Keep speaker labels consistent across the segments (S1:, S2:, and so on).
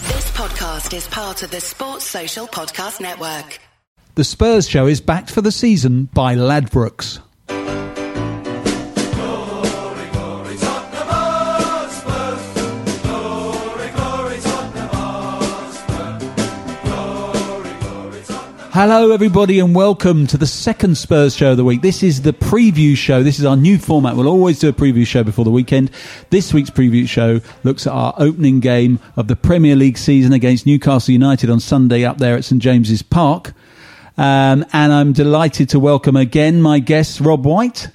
S1: podcast is part of the Sports Social Podcast Network.
S2: The Spurs show is backed for the season by Ladbrokes. Hello, everybody, and welcome to the second Spurs show of the week. This is the preview show. This is our new format. We'll always do a preview show before the weekend. This week's preview show looks at our opening game of the Premier League season against Newcastle United on Sunday up there at St James's Park. Um, and I'm delighted to welcome again my guests, Rob White.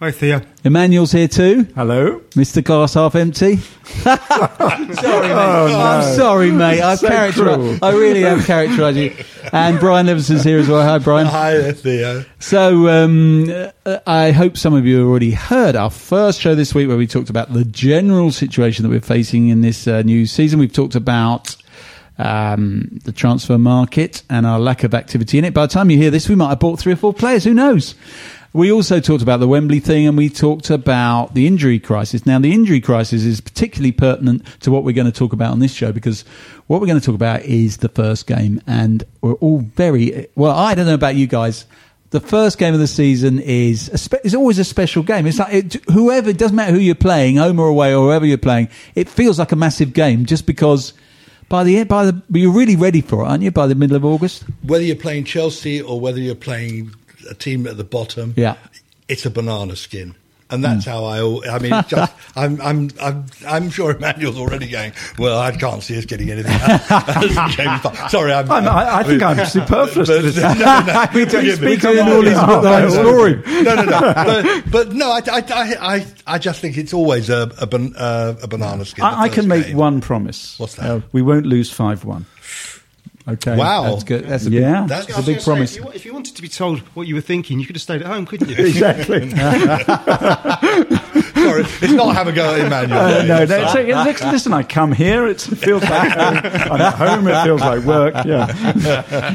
S3: Hi, Thea.
S2: Emmanuel's here too.
S3: Hello.
S2: Mr. Glass Half Empty. sorry, mate. I'm sorry, mate. I've
S3: Oh, So cruel.
S2: characterised. I really have characterised you. And Brian Levison's here as well. Hi, Brian.
S4: Hi, Theo.
S2: So um, uh, I hope some of you have already heard our first show this week where we talked about the general situation that we're facing in this uh, new season. We've talked about um, the transfer market and our lack of activity in it. By the time you hear this, we might have bought three or four players. Who knows? We also talked about the Wembley thing and we talked about the injury crisis. Now, the injury crisis is particularly pertinent to what we're going to talk about on this show because what we're going to talk about is the first game. And we're all very well, I don't know about you guys. The first game of the season is a spe- is always a special game. It's like it, whoever it doesn't matter who you're playing, home or away, or whoever you're playing, it feels like a massive game just because by the e, by the you're really ready for it, aren't you? By the middle of August,
S4: Whether you're playing Chelsea or whether you're playing a team at the bottom,
S2: Yeah.
S4: it's a banana skin. And that's
S3: Hmm.
S4: how I. al- I mean, it's just I'm, I'm, I'm, I'm sure Emmanuel's already going. Well, I can't see us getting anything. out of James Park." Sorry, I'm,
S3: I'm, I, I think I'm superfluous. to this.
S2: we don't Oh,
S4: forgive me.
S2: speak in all these
S3: Yeah.
S2: long story.
S4: no, no, no. But, but no, I, I, I, I, I just think it's always a, a, ban, uh, a banana skin. the
S3: I, I
S4: first
S3: can make
S4: game.
S3: one promise. Uh,
S4: What's that?
S3: we won't lose 5 1.
S2: Okay,
S4: Wow.
S2: that's good. That's a
S3: Yeah.
S4: That's
S2: big, that's
S5: I was
S2: a
S5: gonna
S2: big
S5: say,
S2: promise.
S5: If you, if you wanted to be told what you were thinking, you could have stayed at home, couldn't you?
S3: exactly.
S4: Sorry, it's not have a go at Emmanuel.
S3: Uh, no, no. It's, it's, listen, I come here. It's, it feels like uh, home. I'm at home. It feels like work. Yeah.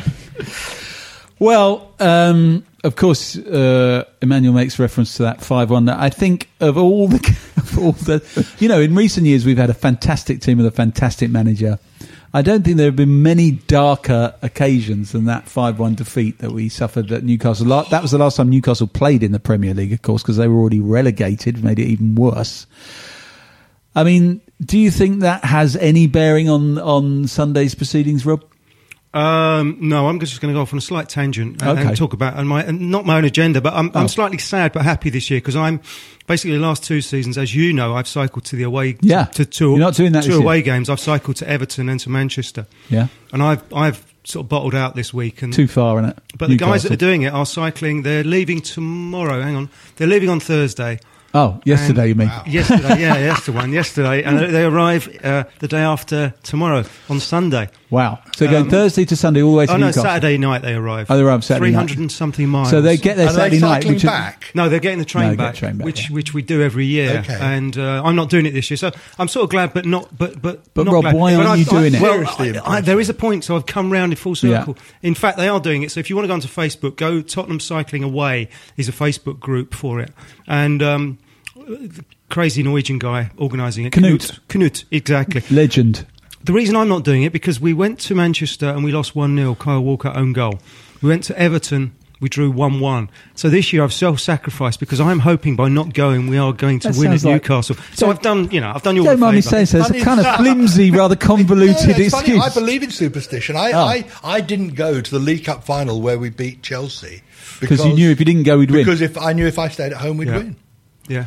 S2: Well, um, of course, uh, Emmanuel makes reference to that five-one. That I think of all the, of all the, you know, in recent years we've had a fantastic team with a fantastic manager. I don't think there have been many darker occasions than that five-one defeat that we suffered at Newcastle. La- That was the last time Newcastle played in the Premier League, of course, because they were already relegated, made it even worse. I mean, do you think that has any bearing on on Sunday's proceedings, Rob?
S5: Um, no, I'm just going to go off on a slight tangent and,
S2: Okay. Oh.
S5: and talk about and my and not my own agenda, but I'm, I'm slightly sad but happy this year because I'm basically the last two seasons, as you know, I've cycled to the away
S2: Yeah.
S5: to, two
S2: You're not doing that
S5: two
S2: this year.
S5: away games. I've cycled to Everton and to Manchester,
S2: Yeah.
S5: and I've I've sort of bottled out this week and
S2: Too far in it.
S5: But the guys that
S2: Newcastle.
S5: are doing it are cycling. They're leaving tomorrow. Hang on, they're leaving on Thursday.
S2: Oh, yesterday,
S5: And-
S2: you mean?
S5: Yesterday, yeah, that's the one. Yesterday, and they arrive uh, the day after tomorrow on Sunday.
S2: Wow. So
S4: Um,
S2: going Thursday to Sunday all the way to
S5: Oh no,
S2: Newcastle.
S5: Saturday night they arrive.
S2: Oh, they arrive Saturday night.
S5: Three hundred and something miles.
S2: So they get there
S4: Are they
S2: Saturday night.
S4: cycling
S2: Which is-
S4: back?
S5: No, they're getting the train,
S2: No, get
S5: back,
S2: the train back,
S5: which
S2: yeah.
S5: which we do every year,
S4: Okay.
S5: and uh, I'm not doing it this year, so I'm sort of glad, but not, but but
S2: But
S5: not
S2: Rob,
S5: glad.
S2: why aren't
S5: I-
S2: you
S5: I-
S2: doing it?
S4: Seriously
S5: Well, I, I,
S4: impressive.
S5: there is a point, so I've come round in full
S2: Yeah.
S5: circle. In fact, they are doing it. So if you want to go onto Facebook, go Tottenham Cycling Away is a Facebook group for it, and. Um, the Crazy Norwegian guy organising it.
S2: Knut.
S5: Knut. Knut, exactly.
S2: Legend.
S5: The reason I'm not doing it because we went to Manchester and we lost 1 0, Kyle Walker own goal. We went to Everton, we drew 1 1. So this year I've self sacrificed because I'm hoping by not going, we are going to
S2: That
S5: win at
S2: sounds like-
S5: Newcastle. So
S2: Don't-
S5: I've done, you know, I've done you all
S2: Don't
S5: the
S2: mind me
S5: favour.
S2: saying so. It's
S4: That
S2: a
S4: is-
S2: kind of flimsy, rather convoluted
S4: No, it's funny.
S2: excuse.
S4: I believe in superstition. I,
S2: Oh.
S4: I, I didn't go to the League Cup final where we beat Chelsea
S2: because you knew if you didn't go, we'd win.
S4: because if I knew if I stayed at home we'd
S5: Yeah.
S4: win
S5: Yeah.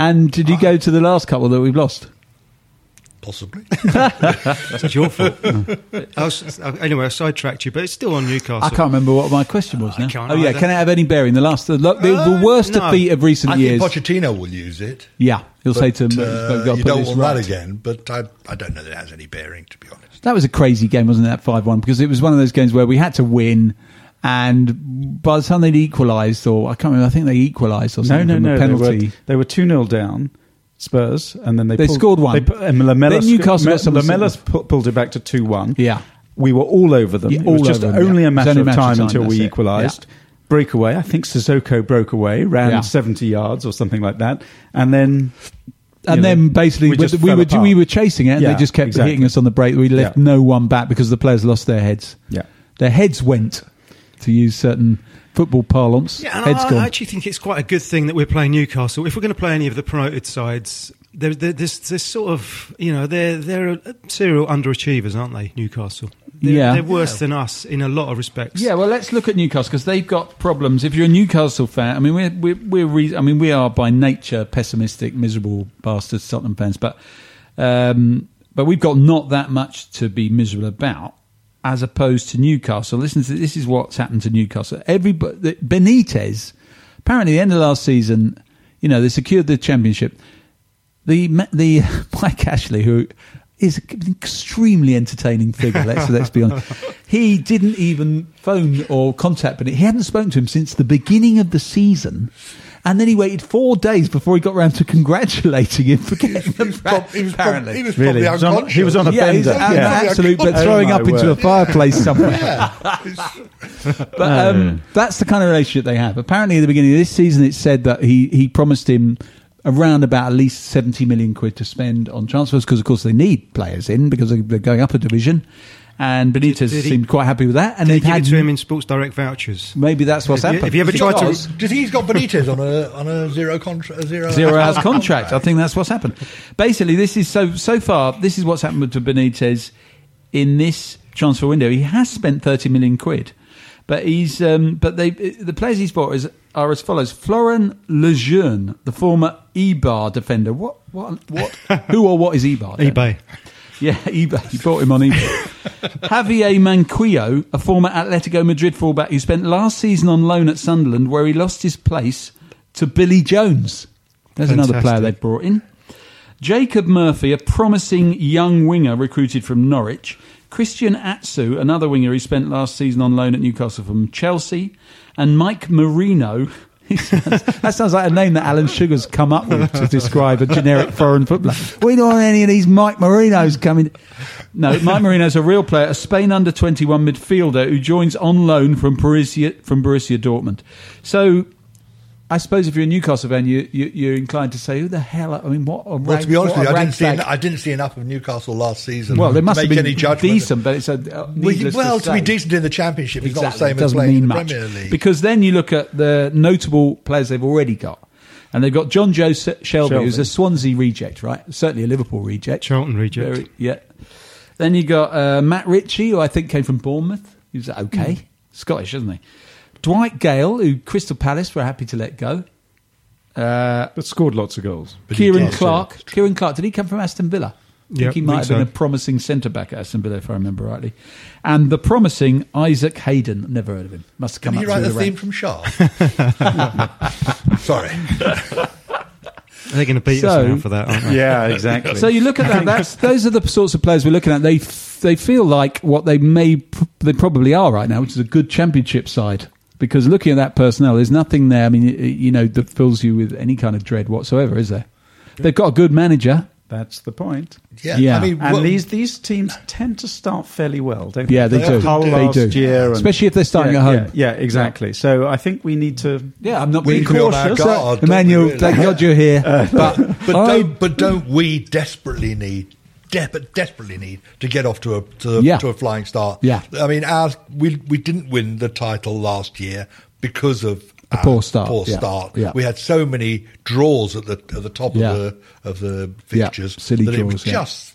S2: And did you go to the last couple that we've lost?
S4: possibly.
S5: It's your fault. I was, anyway, I sidetracked you, but it's still on Newcastle.
S2: I can't remember what my question was
S5: I
S2: now.
S5: can't
S2: oh yeah,
S5: either.
S2: can it have any bearing? The last, the, the, the
S5: Uh,
S2: worst
S5: no.
S2: defeat of recent
S4: I
S2: years.
S4: think Pochettino will use it.
S2: yeah, he'll say to him,
S4: but,
S2: "We've got to
S4: uh,
S2: put
S4: you don't
S2: this
S4: want
S2: right."
S4: that again. But I, I don't know that it has any bearing, to be honest.
S2: That was a crazy game, wasn't it? That five one because it was one of those games where we had to win, and by the time they'd equalised, or I can't remember, I think they equalised or
S3: No,
S2: something
S3: no,
S2: from
S3: no.
S2: a penalty.
S3: They were, they were 2 0 down. Spurs, and then they
S2: They
S3: pulled-
S2: scored one.
S3: They put, and Lamella
S2: Then
S3: sc-
S2: Newcastle
S3: Ma-
S2: got some-
S3: Lamella's pu- pulled it back to two one.
S2: Yeah.
S3: we were all over them.
S2: Yeah,
S3: it was
S2: all
S3: just
S2: over them,
S3: only
S2: yeah.
S3: a
S2: It was
S3: matter
S2: only
S3: of
S2: a matter of
S3: time
S2: time,
S3: until
S2: that's
S3: we
S2: it.
S3: equalised.
S2: Yeah.
S3: Breakaway. I think Sissoko broke away, ran
S2: Yeah.
S3: seventy yards or something like that, and then
S2: and
S3: you know,
S2: then
S3: we
S2: basically we,
S3: just
S2: we
S3: fell
S2: were
S3: apart.
S2: we were chasing it, and
S3: Yeah,
S2: they just kept
S3: exactly.
S2: hitting us on the break. We left
S3: Yeah.
S2: no one back because the players lost their heads.
S3: Yeah.
S2: their heads went, to use certain football parlance.
S5: Yeah, and
S2: heads
S5: I,
S2: gone.
S5: I actually think it's quite a good thing that we're playing Newcastle. If we're going to play any of the promoted sides, they're, they're, this, this sort of, you know, they're, they're a- serial underachievers, aren't they, Newcastle? They're,
S2: Yeah.
S5: They're worse than us in a lot of respects.
S2: Yeah, well, let's look at Newcastle because they've got problems. If you're a Newcastle fan, I mean, we're we're, we're re- I mean, we are by nature pessimistic, miserable bastards, Tottenham fans. But um, but we've got not that much to be miserable about, as opposed to Newcastle. Listen, to, this is what's happened to Newcastle. Everybody, Benitez, apparently, the end of last season, you know, they secured the championship the ma- the Mike Ashley, who is an extremely entertaining figure. Let's let's be honest. He didn't even phone or contact Benitez. He hadn't spoken to him since the beginning of the season, and then he waited four days before he got round to congratulating him for getting the
S4: prob- he was prob-
S2: Ah, apparently.
S4: he was
S3: Really?
S4: probably
S3: He was on-
S4: unconscious.
S3: he was on a-
S2: yeah, he's
S3: bender.
S2: an
S4: Yeah.
S2: absolute, but
S4: Oh
S2: throwing
S3: my
S2: up into a
S3: word.
S2: fireplace somewhere. But um,
S6: Oh.
S2: that's the kind of relationship they have. Apparently, at the beginning of this season, it said that he, he promised him around about at least 70 million quid to spend on transfers because, of course, they need players in because they- they're going up a division. And Benitez
S5: Did- did he-
S2: seemed quite happy with that. And
S5: They
S2: they've
S5: give
S2: had.
S5: it to him in Sports Direct vouchers.
S2: maybe that's what's
S5: Have you-
S2: happened.
S5: have you ever
S4: He's
S5: tried
S4: got-
S5: to-
S4: does he- he's got Benitez on a on a zero contract? Zero
S2: zero hours contract. I think that's what's happened. Basically, this is so so far. This is what's happened to Benitez in this transfer window. He has spent thirty million quid, but he's um, but they the players he's bought is, are as follows: Florin Lejeune, the former Ebar defender. What what what? Who or what is Ebar?
S5: eBay.
S2: Yeah, eBay. He bought him on eBay. Javier Manquillo, a former Atletico Madrid fullback who spent last season on loan at Sunderland, where he lost his place to Billy Jones. There's another
S5: Fantastic.
S2: player they've brought in. Jacob Murphy, a promising young winger recruited from Norwich. Christian Atsu, another winger who spent last season on loan at Newcastle from Chelsea. And Mike Marino. that sounds like a name that Alan Sugar's come up with to describe a generic foreign footballer. We don't want any of these Mike Marinos coming. No, Mike Marino's a real player, a Spain under 21 midfielder who joins on loan from Borussia, from Borussia Dortmund. So I suppose if you're a Newcastle fan, you, you you're inclined to say, "Who the hell?" are- I mean, what? A rag,
S4: Well, to be honest
S2: what
S4: with
S2: a
S4: you, I didn't see en-
S2: ragbag."
S4: I didn't see enough of Newcastle last season.
S2: well, they
S4: to
S2: must have
S4: make
S2: been
S4: any judgment.
S2: decent, but it's a uh,
S4: Well,
S2: needless
S4: well, to be
S2: say.
S4: decent in the Championship is not the
S2: Exactly.
S4: same
S2: It
S4: as
S2: doesn't
S4: playing
S2: mean
S4: in the
S2: much.
S4: Premier League.
S2: Because then you look at the notable players they've already got. And they've got John Joe Se- Shelby,
S3: Shelby.
S2: who's a Swansea reject, right? Certainly a Liverpool reject.
S5: Charlton reject.
S2: Very- yeah. Then you got uh, Matt Ritchie, who I think came from Bournemouth. He was okay.
S5: Hmm.
S2: Scottish, isn't he? Dwight Gale, who Crystal Palace were happy to let go. Uh,
S3: But scored lots of goals.
S2: Kieran
S4: does,
S2: Clark. Kieran Clark. Did he come from Aston Villa? I think
S5: Yep,
S2: he might have
S5: think
S2: been a
S5: so.
S2: promising centre back at Aston Villa, if I remember rightly. And the promising Isaac Hayden. Never heard of him. Must have come
S4: Can you
S2: up
S4: write
S2: through
S4: the
S2: ranks.
S4: theme from Sharp? Sorry.
S5: They're going to beat
S2: So-
S5: us now for that, aren't they?
S3: Yeah, exactly.
S2: So you look at that. That's those are the sorts of players we're looking at. They f- they feel like what they may p- they probably are right now, which is a good championship side. Because looking at that personnel, there's nothing there. I mean, y- y- you know, that fills you with any kind of dread whatsoever, is there? They've got a good manager.
S3: That's the point.
S4: Yeah.
S2: Yeah.
S4: I mean,
S3: And
S4: well,
S3: these these teams tend to start fairly well, don't they?
S2: Yeah, they,
S4: They
S2: do.
S4: often
S3: Hull
S4: do.
S2: They
S3: last
S2: do,
S3: year, and-
S2: especially if they're starting
S3: yeah,
S2: at home.
S3: Yeah, yeah, exactly. So I think we need to.
S2: Yeah, I'm not
S4: We
S2: being
S4: feel on
S2: cautious. Uh,
S4: our guard, don't we,
S2: Emmanuel,
S4: really? Uh,
S2: thank God you're here. But,
S4: but
S2: I-
S4: don't but don't we desperately need de- desperately need to get off to a to, a
S2: Yeah.
S4: to a flying start?
S2: Yeah.
S4: I mean, our, we we didn't win the title last year because of
S2: A
S4: our
S2: poor start,
S4: Poor
S2: yeah,
S4: start.
S2: yeah.
S4: We had so many draws at the at the top
S2: Yeah.
S4: of the of the
S2: Yeah,
S4: fixtures
S2: silly
S4: that it was
S2: draws, yeah.
S4: just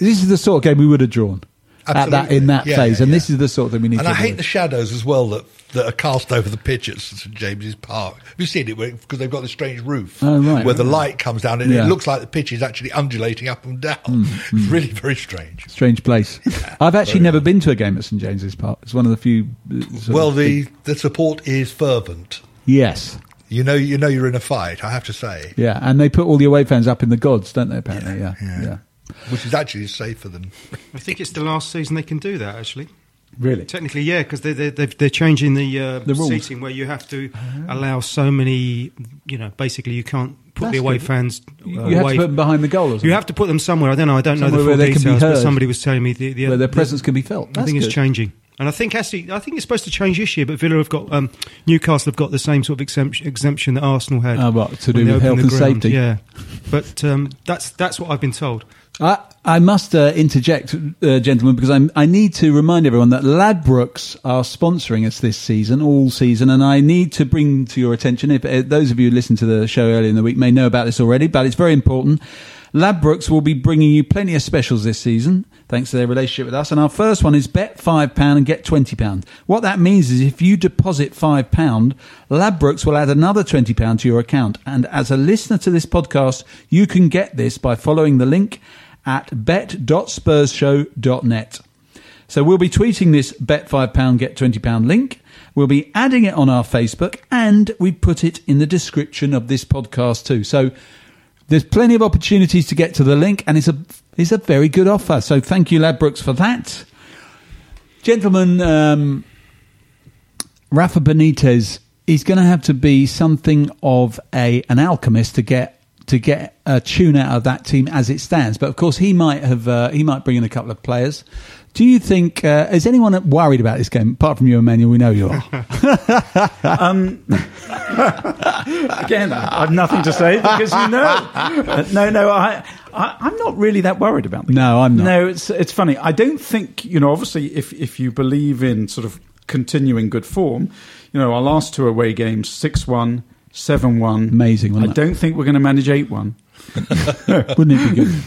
S2: this is the sort of game we would have drawn at that
S4: Absolutely.
S2: in that
S4: Yeah,
S2: phase,
S4: yeah,
S2: and
S4: yeah.
S2: this is the sort of thing we need.
S4: And
S2: to
S4: I hate
S2: avoid.
S4: the shadows as well that, that are cast over the pitch at St James's Park. Have you seen it? Because they've got this strange roof
S2: Oh, right.
S4: where the light comes down and
S2: Yeah. Mm,
S4: it looks like the pitch is actually undulating up and down. It's really very strange.
S2: Strange place. I've actually never been to a game at St James's Park. It's one of the few. uh, sort
S4: Well,
S2: of
S4: the,
S2: big-
S4: the support is fervent.
S2: yes,
S4: You know, you know, you're in a fight. I have to say,
S2: yeah, and they put all the away fans up in the gods, don't they? Apparently, yeah, yeah.
S4: which is actually safer than
S5: I think it's the last season they can do that, actually.
S2: Really?
S5: Technically, yeah, because they, they, they've, they're changing the, uh,
S2: The rules. Uh-huh.
S5: seating where you have to allow so many, you know, basically you can't put
S2: That's
S5: the away
S2: good.
S5: fans
S2: You
S5: away.
S2: have to put them behind the goal or something.
S5: You have to put them somewhere. I don't know. I don't know the
S2: Somewhere where
S5: full
S2: they can be
S5: details, but
S2: heard.
S5: somebody was telling me the, the
S2: Where their
S5: the-
S2: presence can be felt.
S5: I
S2: That's
S5: think
S2: good.
S5: it's changing. And I think actually, I think it's supposed to change this year, but Villa have got um, Newcastle have got the same sort of exemption, exemption that Arsenal had.
S2: Ah, what, to
S5: when
S2: do
S5: they
S2: with
S5: opened
S2: health
S5: the
S2: and
S5: ground.
S2: safety?
S5: Yeah, but um, that's that's what I've been told.
S2: I, I must uh, interject, uh, gentlemen, because I'm, I need to remind everyone that Ladbrokes are sponsoring us this season, all season, and I need to bring to your attention, if uh, those of you who listened to the show earlier in the week may know about this already, but it's very important. Ladbrokes will be bringing you plenty of specials this season, thanks to their relationship with us. And our first one is bet £5 and get £20. What that means is if you deposit £5, Ladbrokes will add another £20 to your account. And as a listener to this podcast, you can get this by following the link at bet.spursshow.net. So we'll be tweeting this bet £5, get £20 link. We'll be adding it on our Facebook and we put it in the description of this podcast too. So there's plenty of opportunities to get to the link and it's a, it's a very good offer. So thank you, Ladbrokes, for that. Gentlemen, um, Rafa Benitez is going to have to be something of a an alchemist to get to get a tune out of that team as it stands. But of course, he might have uh, he might bring in a couple of players. Do you think uh, is anyone worried about this game apart from you, Emmanuel? We know you are.
S3: Again, I have nothing to say because you know. No, no, I, I, I'm not really that worried about the
S2: No, I'm not.
S3: No, it's it's funny. I don't think you know. Obviously, if if you believe in sort of continuing good form, you know, our last two away games, six one, seven one,
S2: Amazing,
S3: I
S2: wasn't it?
S3: don't think we're going to manage eight one.
S2: Wouldn't it be good?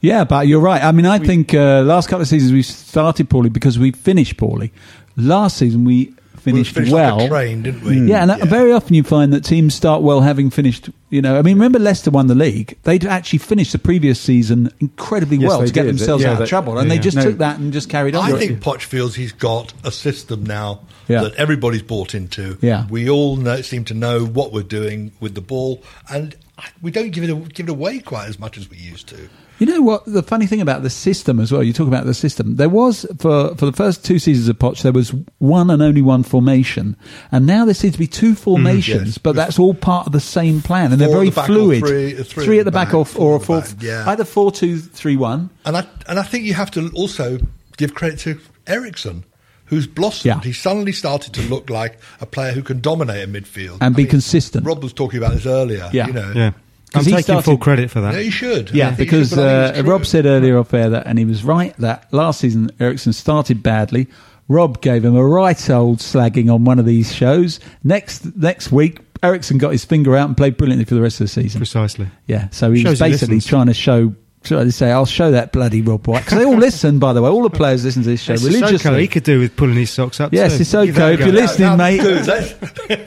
S2: Yeah, but you're right. I mean, I think uh, last couple of seasons we started poorly because we finished poorly. Last season we finished
S4: finished like a
S2: well. Mm.
S4: train, didn't we?
S2: Yeah, and
S4: Mm, Yeah.
S2: very often you find that teams start well having finished. You know, I mean, remember Leicester won the league. They'd actually finished the previous season incredibly
S3: Yes,
S2: well
S3: they
S2: to get
S3: did.
S2: themselves
S3: Yeah,
S2: out of
S3: they-
S2: trouble, and they
S5: yeah.
S2: just
S3: No.
S2: took that and just carried on.
S4: I think Poch feels he's got a system now
S2: Yeah.
S4: that everybody's bought into.
S2: Yeah.
S4: we all know, seem to know what we're doing with the ball, and I- we don't give it a, give it away quite as much as we used to.
S2: You know what? The funny thing about the system as well, you talk about the system. There was, for, for the first two seasons of Poch, there was one and only one formation. And now there seems to be two formations,
S4: Mm, yes.
S2: but that's all part of the same plan. And they they're
S4: Four at
S2: very
S4: the back or
S2: fluid.
S4: three- three
S2: at the back, or, or a
S4: at the
S2: four.
S4: back, yeah.
S2: Either four, two, three, one.
S4: And I and I think you have to also give credit to Ericsson, who's blossomed.
S2: Yeah.
S4: He suddenly started to look like a player who can dominate a midfield
S2: And be consistent.
S4: Rob was talking about this earlier.
S2: Yeah.
S4: you know,
S5: Yeah,
S2: 'Cause
S5: I'm
S2: he
S5: taking full
S2: started-
S5: credit for that.
S4: Yeah, you should. I
S2: Yeah,
S4: think you
S2: because
S4: should, but I think
S2: uh,
S4: it's
S2: Rob
S4: true.
S2: said earlier off air that, and he was right, that last season Ericsson started badly. Rob gave him a right old slagging on one of these shows. Next next week, Ericsson got his finger out and played brilliantly for the rest of the season.
S5: Precisely.
S2: Yeah, so he was
S5: Shows he
S2: basically
S5: listens.
S2: trying to show, trying to say, I'll show that bloody Rob White. Because they all listen, by the way. All the players listen to this show
S5: Yes, Sissoko,
S2: religiously.
S5: he could do with pulling his socks up.
S2: Yes,
S5: too.
S2: it's okay. If you're listening, mate,
S4: Dude, that's-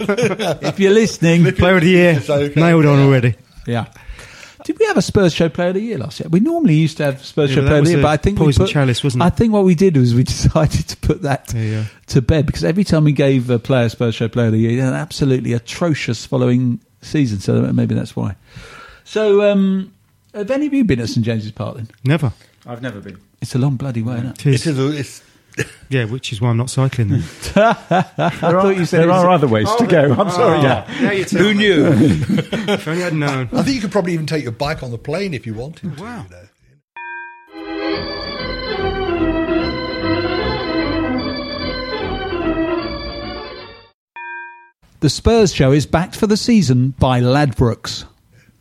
S2: if you're listening,
S5: Player of the year,
S4: Sissoko,
S5: nailed on
S4: yeah.
S5: already.
S2: yeah. Did we have a Spurs show player of the year last year? We normally used to have Spurs
S5: Yeah,
S2: show
S5: but that
S2: player of
S5: was
S2: the year,
S5: the
S2: but I think we
S5: poison
S2: put,
S5: chalice, wasn't it?
S2: I think what we did was we decided to put that
S5: Yeah, yeah.
S2: to bed because every time we gave a player Spurs show player of the year, he had an absolutely atrocious following season. So maybe that's why. So um, have any of you been at St James's Park? Then
S5: Never.
S3: I've never been.
S2: it's a long bloody way, isn't it?
S4: it is a- it's-
S5: Yeah, which is why I'm not cycling then.
S3: There are,
S2: thought you said it
S3: there
S2: was- Oh,
S3: are other ways to go. I'm sorry.
S5: Oh.
S3: yeah.
S4: who knew?
S5: if only I'd known.
S4: I think you could probably even take your bike on the plane if you wanted. To,
S5: Wow.
S4: you know.
S2: The Spurs show is backed for the season by Ladbrokes.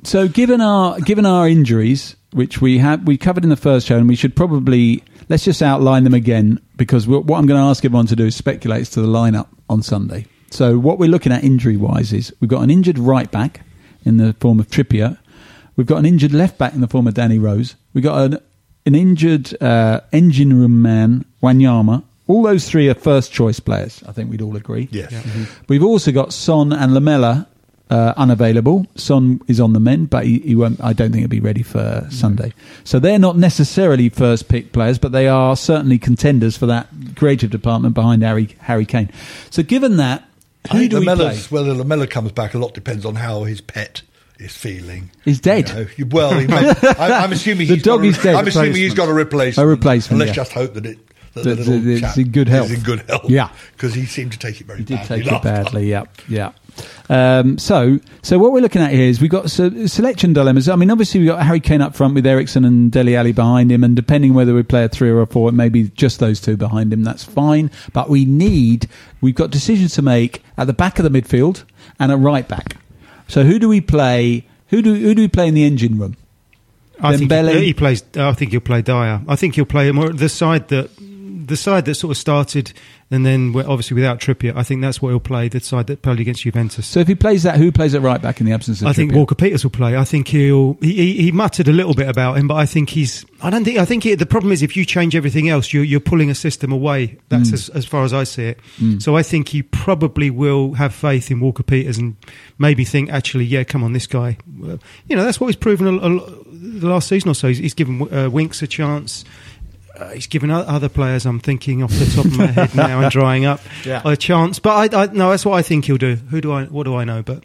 S2: So, given our given our injuries, which we have we covered in the first show, and we should probably let's just outline them again because we what I'm going to ask everyone to do is speculate as to the lineup on Sunday. So, what we're looking at injury wise is we've got an injured right back in the form of Trippier, we've got an injured left back in the form of Danny Rose, we've got an an injured uh, engine room man Wanyama. All those three are first choice players. I think we'd all agree.
S4: Yes. Yeah.
S2: We've also got Son and Lamella uh, unavailable. Son is on the mend, but he, he won't. I don't think he'll be ready for Sunday. So they're not necessarily first pick players, but they are certainly contenders for that creative department behind Harry Harry Kane. So given that,
S4: I
S2: who
S4: think
S2: do we play?
S4: Lamella's, Whether Lamella comes back, a lot depends on how his pet is feeling.
S2: He's dead.
S4: You know, you- well, he may, I, I'm assuming
S2: The
S4: he's got
S2: dog
S4: a,
S2: is dead.
S4: I'm assuming he's got a replacement.
S2: A replacement,
S4: And Let's
S2: yeah.
S4: just hope that it.
S2: That-
S4: That the little
S2: that it's
S4: chap
S2: in good health.
S4: Is in good health.
S2: Yeah.
S4: because he seemed to take it very
S2: He did
S4: badly.
S2: take it
S4: last time.
S2: badly. Yeah, yeah. Um, so, so what we're looking at here is we've got se- selection dilemmas. I mean, obviously we've got Harry Kane up front with Ericsson and Deli Ali behind him, and depending whether we play a three or a four, it may be just those two behind him. That's fine. But we need we've got decisions to make at the back of the midfield and at right back. So who do we play? Who do who do we play in the engine room?
S5: I think
S2: Dembele.
S5: he, he plays. I think he'll play Dyer. I think he'll play more the side that the side that sort of started, and then well, obviously without Trippier, I think that's what he'll play. The side that played against Juventus.
S2: So if he plays that, who plays at right back in the absence of?
S5: I think
S2: Trippier?
S5: Walker Peters will play. I think he'll. He, he, he muttered a little bit about him, but I think he's. I don't think. I think he, the problem is if you change everything else, you're, you're pulling a system away. That's as, as far as I see it. So I think he probably will have faith in Walker Peters and maybe think, actually, yeah, come on, this guy. uh, You know, that's what he's proven a, a, the last season or so. He's, he's given uh, Winks a chance. Uh, he's given o- other players. I'm thinking off the top of my head now and drying up
S3: Yeah.
S5: a chance. But I, I no, that's what I think he'll do. Who do I? What do I know? But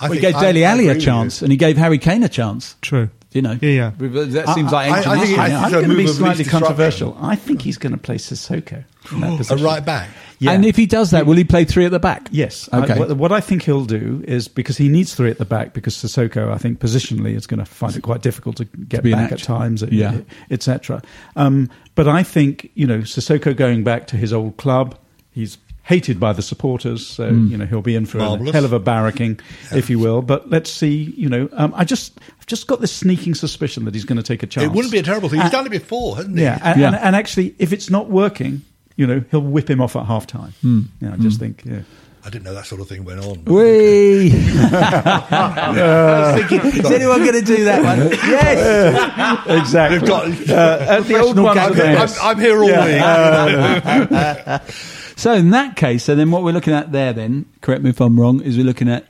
S4: I
S2: Well, he
S4: think-
S2: gave Deli
S4: I- I
S2: Ali
S4: agree
S2: a
S4: with you.
S2: chance, and he gave Harry Kane a chance.
S5: true.
S2: You know,
S5: Yeah, yeah.
S2: That seems like
S4: I- I
S2: ancient
S4: think
S2: history
S4: it- I
S2: now.
S4: think
S6: I'm
S4: the
S6: going to
S4: move
S6: be
S4: of least
S6: slightly
S4: disruption.
S6: controversial. I think he's going to play Sissoko. in that
S4: A
S6: position.
S4: right back.
S6: Yeah.
S2: And if he does that, will he play three at the back?
S6: Yes. I-
S2: Okay.
S6: what, what I think he'll do is because he needs three at the back because Sissoko, I think, positionally is going to find it quite difficult to get
S2: be in
S6: back at
S2: action.
S6: times, et-
S2: Yeah.
S6: etc. Um, but I think you know Sissoko going back to his old club, he's hated by the supporters, so
S2: Hmm.
S6: you know he'll be in for a
S4: Marvellous.
S6: hell of a barracking, if you will. But let's see. You know, um, I just I've just got this sneaking suspicion that he's going to take a chance.
S4: It wouldn't be a terrible thing. He's
S6: And-
S4: done it before, hasn't he?
S6: yeah, and,
S2: Uh, Yeah.
S6: And, and actually, if it's not working, you know, he'll whip him off at half time.
S2: Hmm.
S6: Yeah, I just think. Yeah.
S4: I didn't know that sort of thing went on.
S2: Whee!
S4: I was thinking,
S2: Is anyone going to do that one? yes.
S6: exactly.
S4: We've got-
S6: at Uh, the old
S2: Professional
S6: ones
S2: gag-
S6: are
S4: I'm,
S6: there.
S4: I'm, I'm here all week.
S2: So in that case, so then what we're looking at there, then correct me if I'm wrong, is we're looking at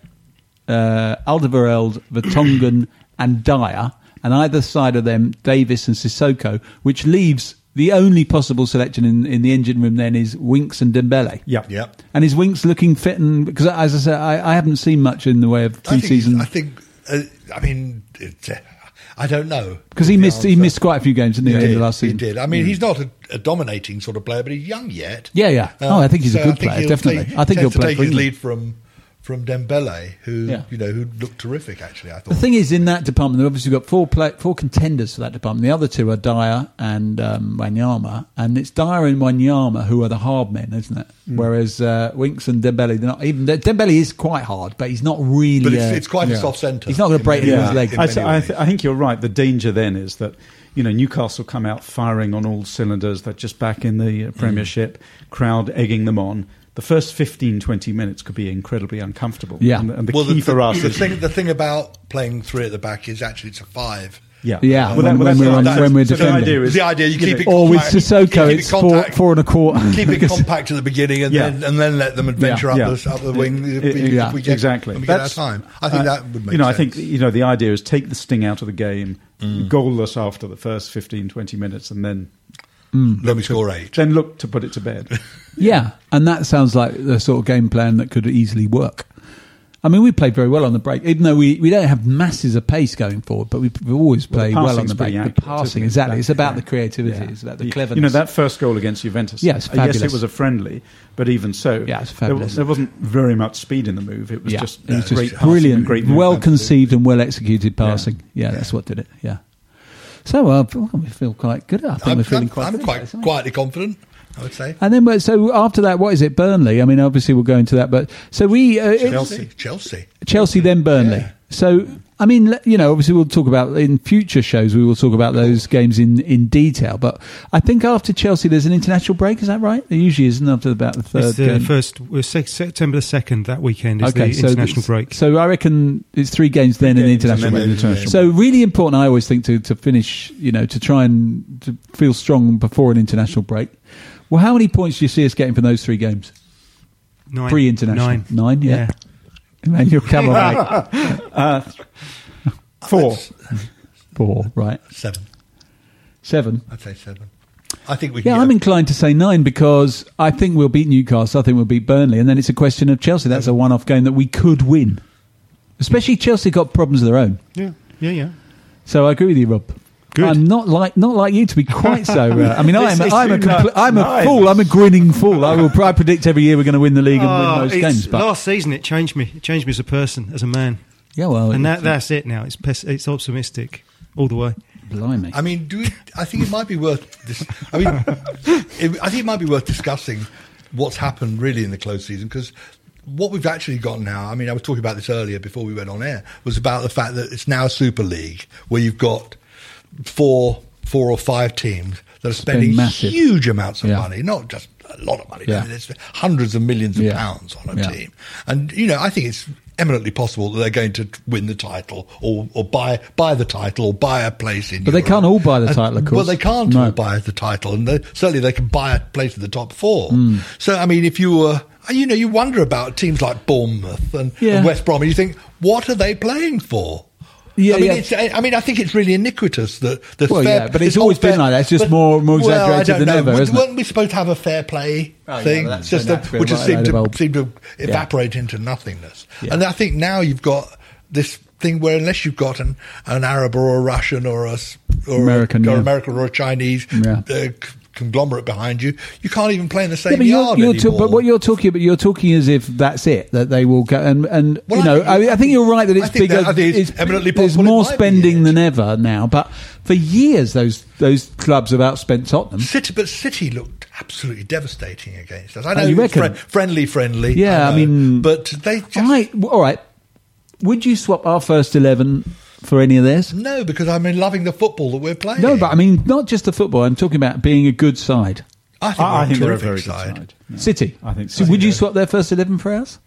S2: uh, Alderweireld, Vertonghen, and Dyer, and either side of them, Davis and Sissoko, which leaves the only possible selection in, in the engine room. Then is Winks and Dembele.
S6: Yeah.
S4: Yep.
S2: And is Winks looking fit? And because as I said, I, I haven't seen much in the way of
S4: I think,
S2: pre-season
S4: I think. Uh, I mean, it, uh, I don't know
S2: because he
S4: the
S2: missed he
S4: answer.
S2: missed quite a few games didn't he,
S4: He
S2: at the end
S4: did.
S2: of last
S4: he
S2: season. Mm.
S4: did. I mean, he's not a, a dominating sort of player, but he's young yet.
S2: Yeah, yeah. Oh, I think he's a good
S4: Uh, I think
S2: player,
S4: he'll
S2: definitely.
S4: take-
S2: I think he'll
S4: tends to
S2: play
S4: take
S2: for
S4: his
S2: England.
S4: lead from from Dembele, who
S2: Yeah.
S4: you know who looked terrific. Actually, I
S2: The
S4: thought.
S2: thing is, in that department, they've obviously got four play, four contenders for that department. The other two are Dyer and um, Wanyama, and it's Dyer and Wanyama who are the hard men, isn't it?
S4: Mm.
S2: Whereas uh, Winks and Dembele, they're not even. Dembele is quite hard, but he's not really.
S4: But it's-
S2: uh,
S4: it's quite a
S2: yeah.
S4: soft centre
S2: He's not going to
S4: in
S2: break
S4: many
S2: anyone's
S4: ways.
S2: leg.
S4: In
S6: I, th-
S4: many
S6: I,
S4: ways.
S6: th- I think you're right. The danger then is that you know Newcastle come out firing on all cylinders. They're just back in the uh,
S2: Mm.
S6: Premiership, crowd egging them on. The first 15, 20 minutes could be incredibly uncomfortable.
S2: Yeah.
S6: And, and the key for us
S4: the
S6: is
S4: thing the thing about playing three at the back is actually it's a five.
S6: yeah,
S2: Yeah,
S6: Well, that-
S2: when- when
S6: well, that's
S2: we're
S6: right.
S2: on-
S6: That's-
S2: when we're
S6: so the
S2: defending.
S6: idea is
S4: The idea you
S6: you
S4: keep
S6: know,
S4: it
S2: Or Oh, with
S4: compact-
S2: Sissoko,
S4: keep it
S2: it's four,
S4: compact-
S2: four and a quarter.
S4: Keep it
S2: Because-
S4: compact at the beginning, and
S6: Yeah.
S4: then and then let them adventure up, the, up the wing.
S6: Yeah,
S4: if we- if
S2: yeah,
S4: we get,
S6: exactly.
S4: When we get our time, I think
S6: uh,
S4: that would make.
S6: You know, I
S4: sense.
S6: think you know the idea is take the sting out of the game,
S2: Mm.
S6: goalless after the first 15, 20 minutes, and then
S4: Let me score eight.
S6: then look to put it to bed.
S2: Yeah, and that sounds like the sort of game plan that could easily work. I mean, we played very well on the break, even though we, we don't have masses of pace going forward, but we we always play well,
S6: the
S2: on the
S6: passing's
S2: break.
S6: pretty
S2: the
S6: accurate, isn't
S2: passing,
S6: it?
S2: exactly. It's about the creativity,
S6: Yeah.
S2: it's about the
S6: You-
S2: cleverness.
S6: You know that first goal against Juventus.
S2: Yeah, it's
S6: uh, yes,
S2: fabulous.
S6: it was a friendly, but even so,
S2: Yeah, it's
S6: there,
S2: fabulous.
S6: was, there wasn't very much speed in the move. It was
S2: yeah,
S6: just, uh,
S2: it was
S6: great
S2: just
S6: passing
S2: brilliant,
S6: and great movement.
S2: well conceived and well executed passing. Yeah, that's what did it. Yeah. So uh, we feel quite good. I think
S4: I'm,
S2: we're feeling
S4: I'm-
S2: quite.
S4: I'm
S2: good
S4: quite
S2: about it, aren't we?
S4: quietly confident. I would say
S2: And then, we're- so after that, what is it? Burnley. I mean, obviously, we'll go into that, but so we uh, it-
S4: Chelsea. Chelsea.
S2: Chelsea, then Burnley. So, I mean, le- you know, obviously we'll talk about in future shows. We will talk about those games in, in detail. But I think after Chelsea, there's an international break. Is that right? There usually isn't after about the third
S5: It's the
S2: game.
S5: first well, sec- September the second that weekend is the international
S2: it's-
S5: break.
S2: So I reckon it's three games then and the
S6: games and
S2: international
S6: then
S2: break.
S6: the international
S2: so really important, I always think, to, to finish, you know, to try and to feel strong before an international break. Well, how many points do you see us getting from those three games?
S5: Nine,
S2: Pre-international.
S5: nine,
S2: Nine, yeah. Emmanuel, come on, mate.
S6: Four.
S2: Four, right.
S4: Seven.
S2: Seven.
S4: I'd say seven. I think we. Can
S2: Yeah,
S4: get
S2: I'm
S4: a-
S2: inclined to say nine because I think we'll beat Newcastle. I think we'll beat Burnley, and then it's a question of Chelsea. That's a one-off game that we could win, especially Chelsea got problems of their own.
S5: yeah, yeah, yeah, yeah.
S2: So I agree with you, Rob.
S5: Good.
S2: I'm not like not like you to be quite so. Uh, I mean, I'm
S5: It's- it's
S2: I'm a
S5: too
S2: compl-
S5: nice.
S2: I'm a
S6: Nice.
S2: fool. I'm a grinning fool. I will. I predict every year we're going to win the league and
S5: Oh,
S2: win most
S5: it's-
S2: games. But
S5: last season it changed me. It changed me as a person, as a man,
S2: yeah, well,
S5: and that,
S2: it's-
S5: that's it now. It's pes- it's optimistic all the way.
S2: blimey.
S4: I mean, do we, I think it might be worth. Dis- I mean, it, I think it might be worth discussing what's happened really in the close season because what we've actually got now. I mean, I was talking about this earlier before we went on air. Was about the fact that it's now a Super League where you've got four, four or five teams that are spending
S2: massive.
S4: huge amounts of
S2: Yeah.
S4: money, not just a lot of money.
S2: Yeah.
S4: I mean, it's hundreds of millions of
S2: Yeah.
S4: pounds on a
S2: Yeah.
S4: team, and you know, I think it's eminently possible that they're going to win the title or, or buy buy the title or buy a place in
S2: But they
S4: Europe.
S2: can't all buy the
S4: And-
S2: title, of
S4: Well,
S2: course.
S4: they can't
S2: No.
S4: all buy the title, and they, certainly they can buy a place in the top four.
S2: Hmm.
S4: So, I mean, if you were, you know, you wonder about teams like Bournemouth and,
S2: Yeah.
S4: and West Brom, and you think, what are they playing for?
S2: Yeah,
S4: I mean,
S2: yeah.
S4: It's, I I mean, I think it's really iniquitous that the
S2: Well,
S4: fair,
S2: yeah, but it's
S4: this whole
S2: always been
S4: fair-
S2: like that. It's just more- more
S4: well, I
S2: exaggerated
S4: don't
S2: than
S4: know.
S2: ever,
S4: Weren't-
S2: isn't it?
S4: Weren't we supposed to have a fair play
S2: Oh, yeah,
S4: thing,
S2: but that's
S4: Just
S2: been
S4: a-
S2: that for a
S4: which
S2: while,
S4: has seemed
S2: that
S4: to
S2: old-
S4: seemed to evaporate into nothingness?
S2: Yeah.
S4: And I think now you've got this thing where unless you've got an, an Arab or a Russian or a s- or
S2: American,
S4: a, or
S2: yeah.
S4: American or a Chinese
S2: Yeah.
S4: uh, c- conglomerate behind you, you can't even play in the same
S2: Yeah, but,
S4: yard
S2: you're, you're ta-
S4: anymore.
S2: but what you're talking about, you're talking as if that's it that they will go and and
S4: Well,
S2: you
S4: I
S2: know
S4: think-
S2: I, mean, I think you're right that
S4: I
S2: it's
S4: think
S2: bigger.
S4: that- I think it's eminently
S2: there's
S4: possible it
S2: more
S4: might be
S2: spending
S4: it.
S2: than ever now, but for years those those clubs have outspent Tottenham.
S4: City, but City looked absolutely devastating against us. I
S2: Oh,
S4: know
S2: you
S4: it was
S2: reckon?
S4: fri- friendly, friendly.
S2: Yeah, I
S4: know,
S2: mean-
S4: but they just
S2: All right, all right. Would you swap our first eleven for any of theirs?
S4: no, because I'm in loving the football that we're playing.
S2: No, but I mean not just the football. I'm talking about being a good side.
S4: I think,
S6: I, I
S4: we're
S6: think they're a
S4: terrific
S6: very good side. Yeah.
S2: City.
S6: I think
S2: so.
S6: so.
S2: would you
S6: Yeah.
S2: swap their first eleven for ours?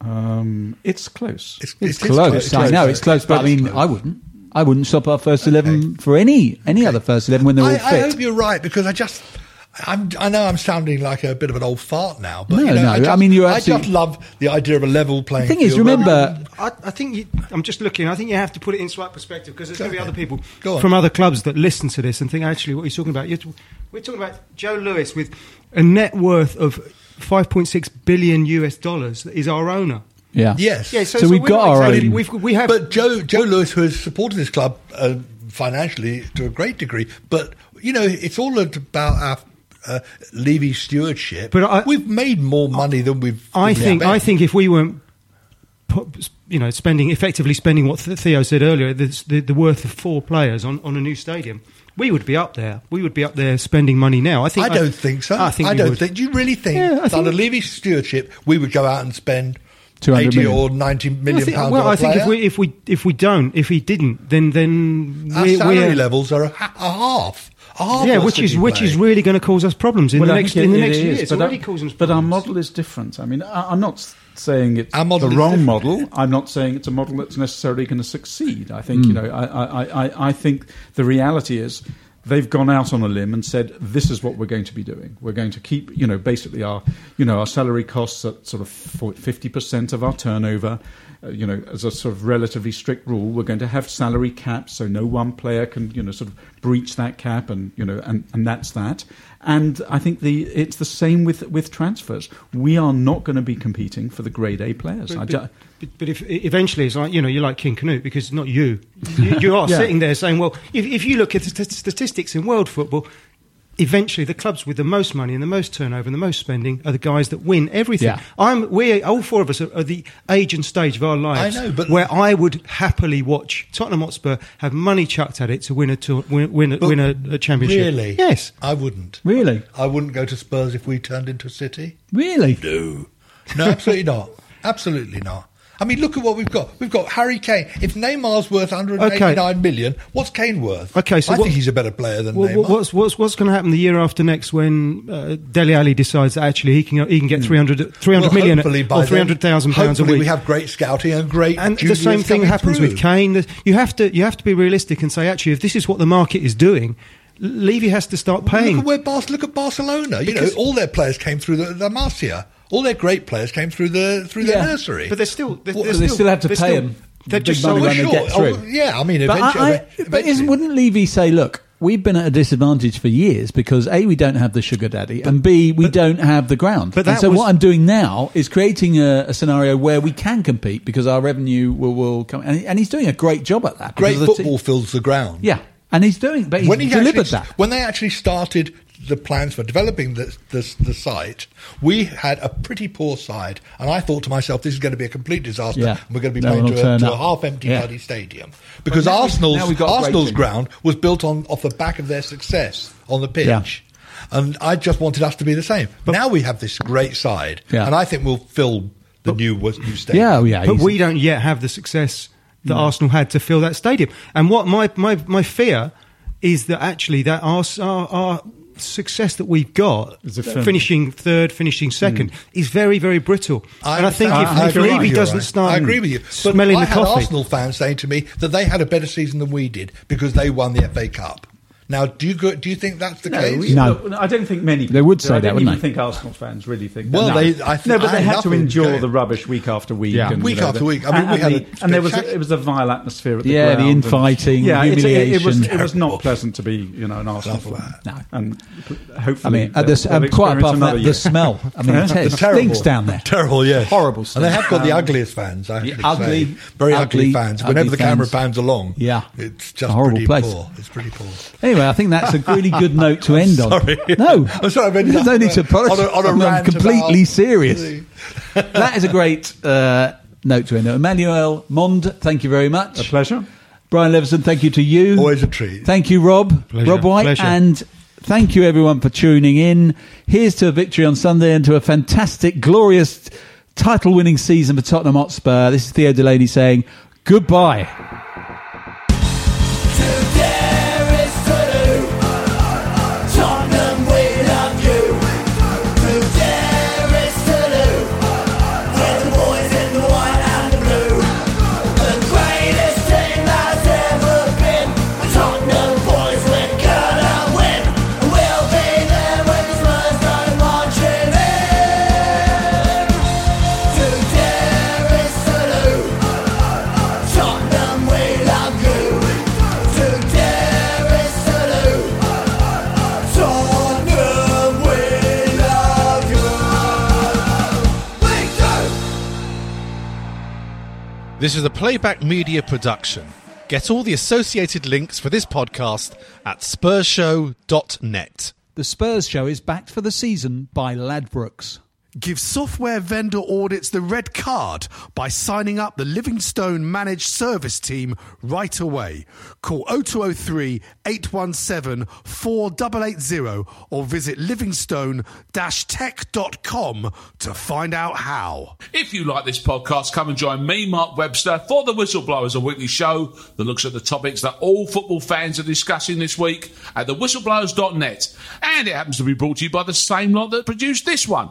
S6: Um, it's close.
S4: It's,
S2: It's,
S4: it's,
S2: close. I know
S4: so
S2: it's close, but I mean, I wouldn't. I wouldn't swap our first eleven for any any other first eleven when they're
S4: I,
S2: all
S4: I
S2: fit.
S4: hope you're right because I just. I'm, I know I'm sounding like a bit of an old fart now, but
S2: No,
S4: you know,
S2: no,
S4: I, just,
S2: I mean, you're
S4: I just
S2: absolutely-
S4: love the idea of a level playing.
S2: thing is,
S4: field.
S2: remember-
S5: I, I think you, I'm just looking. I think you have to put it in slight perspective because there's going to be
S4: Okay.
S5: other people
S4: Go on.
S5: from other clubs that listen to this and think actually what you're talking about. You're t- we're talking about Joe Lewis with a net worth of 5.6 billion US dollars that is our owner.
S2: Yeah.
S4: yes,
S5: Yeah, so,
S2: So we've
S5: we're
S2: got
S5: not
S2: our
S5: exactly-
S2: own-
S5: We've, we have,
S4: But Joe Joe Lewis, who has supported this club uh, financially to a great degree, but you know, it's all about our. Uh, Levy stewardship,
S5: But I-
S4: we've made more money than we've. than
S5: I
S4: we've
S5: think I
S4: spent.
S5: think if we weren't, pu- you know, spending effectively spending what Th- Theo said earlier, the, the, the worth of four players on, on a new stadium, we would be up there. We would be up there spending money now. I think.
S4: I don't think so.
S5: I think. we
S4: don't
S5: would.
S4: think. Do you really think
S5: Yeah, I
S4: that
S5: think-
S4: under Levy's stewardship we would go out and spend
S2: 200
S4: eighty
S2: million.
S4: or ninety million
S5: I think,
S4: pounds?
S5: well,
S4: on a
S5: I think if
S4: player?
S5: we if we if we don't, if he didn't, then then
S4: our
S5: we're,
S4: salary
S5: we're-
S4: levels are a, ha- a half, a half.
S5: yeah,
S4: of
S5: which
S4: City
S5: is which
S4: playing.
S5: is really going to cause us problems in
S6: Well,
S5: the
S6: I
S5: next
S6: think
S5: in the
S6: it- it
S5: next year.
S6: is,
S5: It's
S6: but
S5: already
S6: our-
S5: causing us
S6: But our
S5: problems.
S6: model is different. I mean, I, I'm not saying it's
S4: Our model
S6: the
S4: is
S6: wrong
S4: different.
S6: model. I'm not saying it's a model that's necessarily going to succeed. I think you know. I, I, I, I think the reality is they've gone out on a limb and said this is what we're going to be doing. We're going to keep you know basically our you know our salary costs at sort of fifty percent of our turnover. Uh, you know, as a sort of relatively strict rule, we're going to have salary caps, so no one player can you know sort of breach that cap, and you know, and, and that's that. And I think the it's the same with with transfers. We are not going to be competing for the grade A players. I
S5: But,
S6: ju-
S5: but, but- but if eventually it's like you know you're like King Canute because it's not you. You, you are
S6: Yeah.
S5: sitting there saying, well, if, if you look at the st- statistics in world football, eventually the clubs with the most money and the most turnover and the most spending are the guys that win everything.
S2: Yeah.
S5: I'm we all four of us are, are the age and stage of our lives
S4: I know, but-
S5: where I would happily watch Tottenham Hotspur have money chucked at it to win a tour, win win a,
S4: But
S5: win a, a championship.
S4: Really?
S5: Yes.
S4: I wouldn't.
S2: Really?
S4: I wouldn't go to Spurs if we turned into a City.
S2: Really?
S4: No. No, absolutely not. Absolutely not. I mean, look at what we've got. We've got Harry Kane. If Neymar's worth 189 million, what's Kane worth?
S5: Okay, so
S4: I
S5: what-
S4: think he's a better player than
S5: Well,
S4: Neymar.
S5: what- what's what's what's going to happen the year after next when uh, Deli Ali decides that actually he can he can get 300, 300
S4: Hmm. Well,
S5: million
S4: hopefully by
S5: or
S4: then-
S5: three hundred thousand pounds a
S4: hopefully
S5: week?
S4: We have great scouting and great.
S5: and the
S4: juniors
S5: same thing
S4: coming
S5: happens
S4: through.
S5: with Kane. There's- You have to you have to be realistic and say actually if this is what the market is doing, L- Levy has to start paying.
S4: Look at, where Bar- look at Barcelona. You know,
S5: Because-
S4: all their players came through the, the Masia. All their great players came through the through
S2: Yeah.
S4: their nursery.
S5: but they're still they're,
S4: Well,
S5: they're
S2: they still have to
S5: they're
S2: pay
S5: still-
S2: him
S5: They're
S2: the
S5: just
S2: big money
S5: so
S2: when they
S4: Oh, sure.
S2: get
S4: Oh,
S2: through.
S4: yeah, I mean,
S2: But, I-
S4: eventually,
S2: I- but isn't, wouldn't Levy say, look, we've been at a disadvantage for years because a we don't have the sugar daddy and b we don't have the ground.
S5: but
S2: and
S5: that
S2: so
S5: was-
S2: what I'm doing now is creating a, a scenario where we can compete because our revenue will, will come. And, and he's doing a great job at that. because
S4: Great
S2: of the te-
S4: football fills the ground.
S2: yeah, and he's doing. But he's
S4: when he
S2: delivered
S4: actually,
S2: that.
S4: when they actually started the plans for developing the, the the site, we had a pretty poor side, and I thought to myself, this is going to be a complete disaster.
S2: Yeah.
S4: and we're going to be
S2: No
S4: playing
S2: one will
S4: to a,
S2: turn
S4: to a
S2: up.
S4: half-empty
S2: Yeah.
S4: bloody stadium because
S2: now we- now we've
S4: Arsenal's
S2: got a great
S4: Arsenal's
S2: team.
S4: ground was built on off the back of their success on the pitch.
S2: Yeah.
S4: And I just wanted us to be the same. now we have this great side,
S2: Yeah.
S4: and I think we'll fill the new new stadium.
S2: Yeah, oh, yeah.
S5: but
S2: he's-
S5: we don't yet have the success that Arsenal had to fill that stadium. And what my my, my fear is that actually that our, our, our success that we've got,
S6: Is a Hmm. film.
S5: finishing third, finishing second, is very very brittle. and I think if,
S4: understand.
S5: if
S4: I agree
S5: Levy
S4: with you,
S5: doesn't
S4: right.
S5: start,
S4: I agree with you. But
S5: smelling
S4: I
S5: the
S4: had
S5: coffee.
S4: Arsenal fans saying to me that they had a better season than we did because they won the FA Cup. Now, do you go, do you think that's the case?
S2: No.
S6: Look, I don't think many.
S2: They would say
S6: I
S2: that,
S6: don't
S2: wouldn't
S6: even
S2: they?
S6: think Arsenal fans really think.
S4: Well,
S6: that.
S4: they-
S6: No.
S4: I think-
S6: no, but
S4: I
S6: they had
S4: love
S6: to
S4: them
S6: endure
S4: going.
S6: the rubbish week after week,
S2: Yeah.
S6: and,
S4: Week
S6: you know,
S4: after
S6: the-
S4: week. I mean,
S6: and,
S4: we
S6: and
S4: had a
S6: the- and there was a,
S4: spectacular-
S6: it was a vile atmosphere at the
S2: Yeah, the
S6: ground.
S2: infighting,
S6: yeah, it's- it, it was it
S2: humiliation.
S6: was not pleasant to be you know an Arsenal
S4: Love
S6: fan.
S2: that.
S6: And
S2: I
S6: hopefully,
S2: mean, at this,
S4: uh,
S6: they'll-
S2: um,
S6: they'll
S2: quite
S6: experience
S2: apart from
S6: another
S2: that,
S6: year.
S2: the smell. I mean, it
S4: It's
S2: tastes-
S4: terrible.
S2: stinks down there.
S4: Terrible, yes.
S2: Horrible
S4: And they
S2: stuff.
S4: have got the ugliest fans. I have
S2: Yeah,
S4: to
S2: ugly,
S4: say. very ugly,
S2: ugly-
S4: fans.
S2: ugly
S4: Whenever the camera
S2: fans.
S4: pans along,
S2: Yeah.
S4: it's
S2: A
S4: just
S2: horrible
S4: pretty
S2: place.
S4: poor. It's pretty poor.
S2: Anyway, I think that's a really good note to end on.
S4: Sorry.
S2: No,
S4: I'm sorry, I've ended
S2: There's
S4: up
S2: no need to
S4: on a-
S2: apologise.
S4: on a
S2: I'm
S4: rant
S2: completely
S4: about
S2: serious.
S4: the-
S2: that is a great uh, note to end on. Emmanuel Mond, thank you very much.
S6: a pleasure.
S2: Brian Leveson, thank you to you.
S4: Always a treat.
S2: Thank you, Rob.
S5: Pleasure.
S2: Rob White.
S5: Pleasure.
S2: And thank you, everyone, for tuning in. Here's to a victory on Sunday and to a fantastic, glorious title winning season for Tottenham Hotspur. This is Theo Delaney saying goodbye.
S7: To dare is to do. Tottenham, we love you. To dare is to do. We're the boys in the white and the blue. The greatest team that's ever been. The Tottenham boys, we're gonna win. And we'll be there when the Spurs go marching in. To dare is to do. Tottenham, we love you. To dare is to do. Tottenham, we love you. We do.
S8: This is a playback media production. Get all the associated links for this podcast at spurshow.net.
S2: The Spurs show is backed for the season by Ladbrokes.
S8: Give software vendor audits the red card by signing up the Livingstone Managed Service Team right away. Call 0203 817 4880 or visit livingstone tech.com to find out how.
S9: If you like this podcast, come and join me, Mark Webster, for The Whistleblowers, a weekly show that looks at the topics that all football fans are discussing this week at thewhistleblowers.net. And it happens to be brought to you by the same lot that produced this one.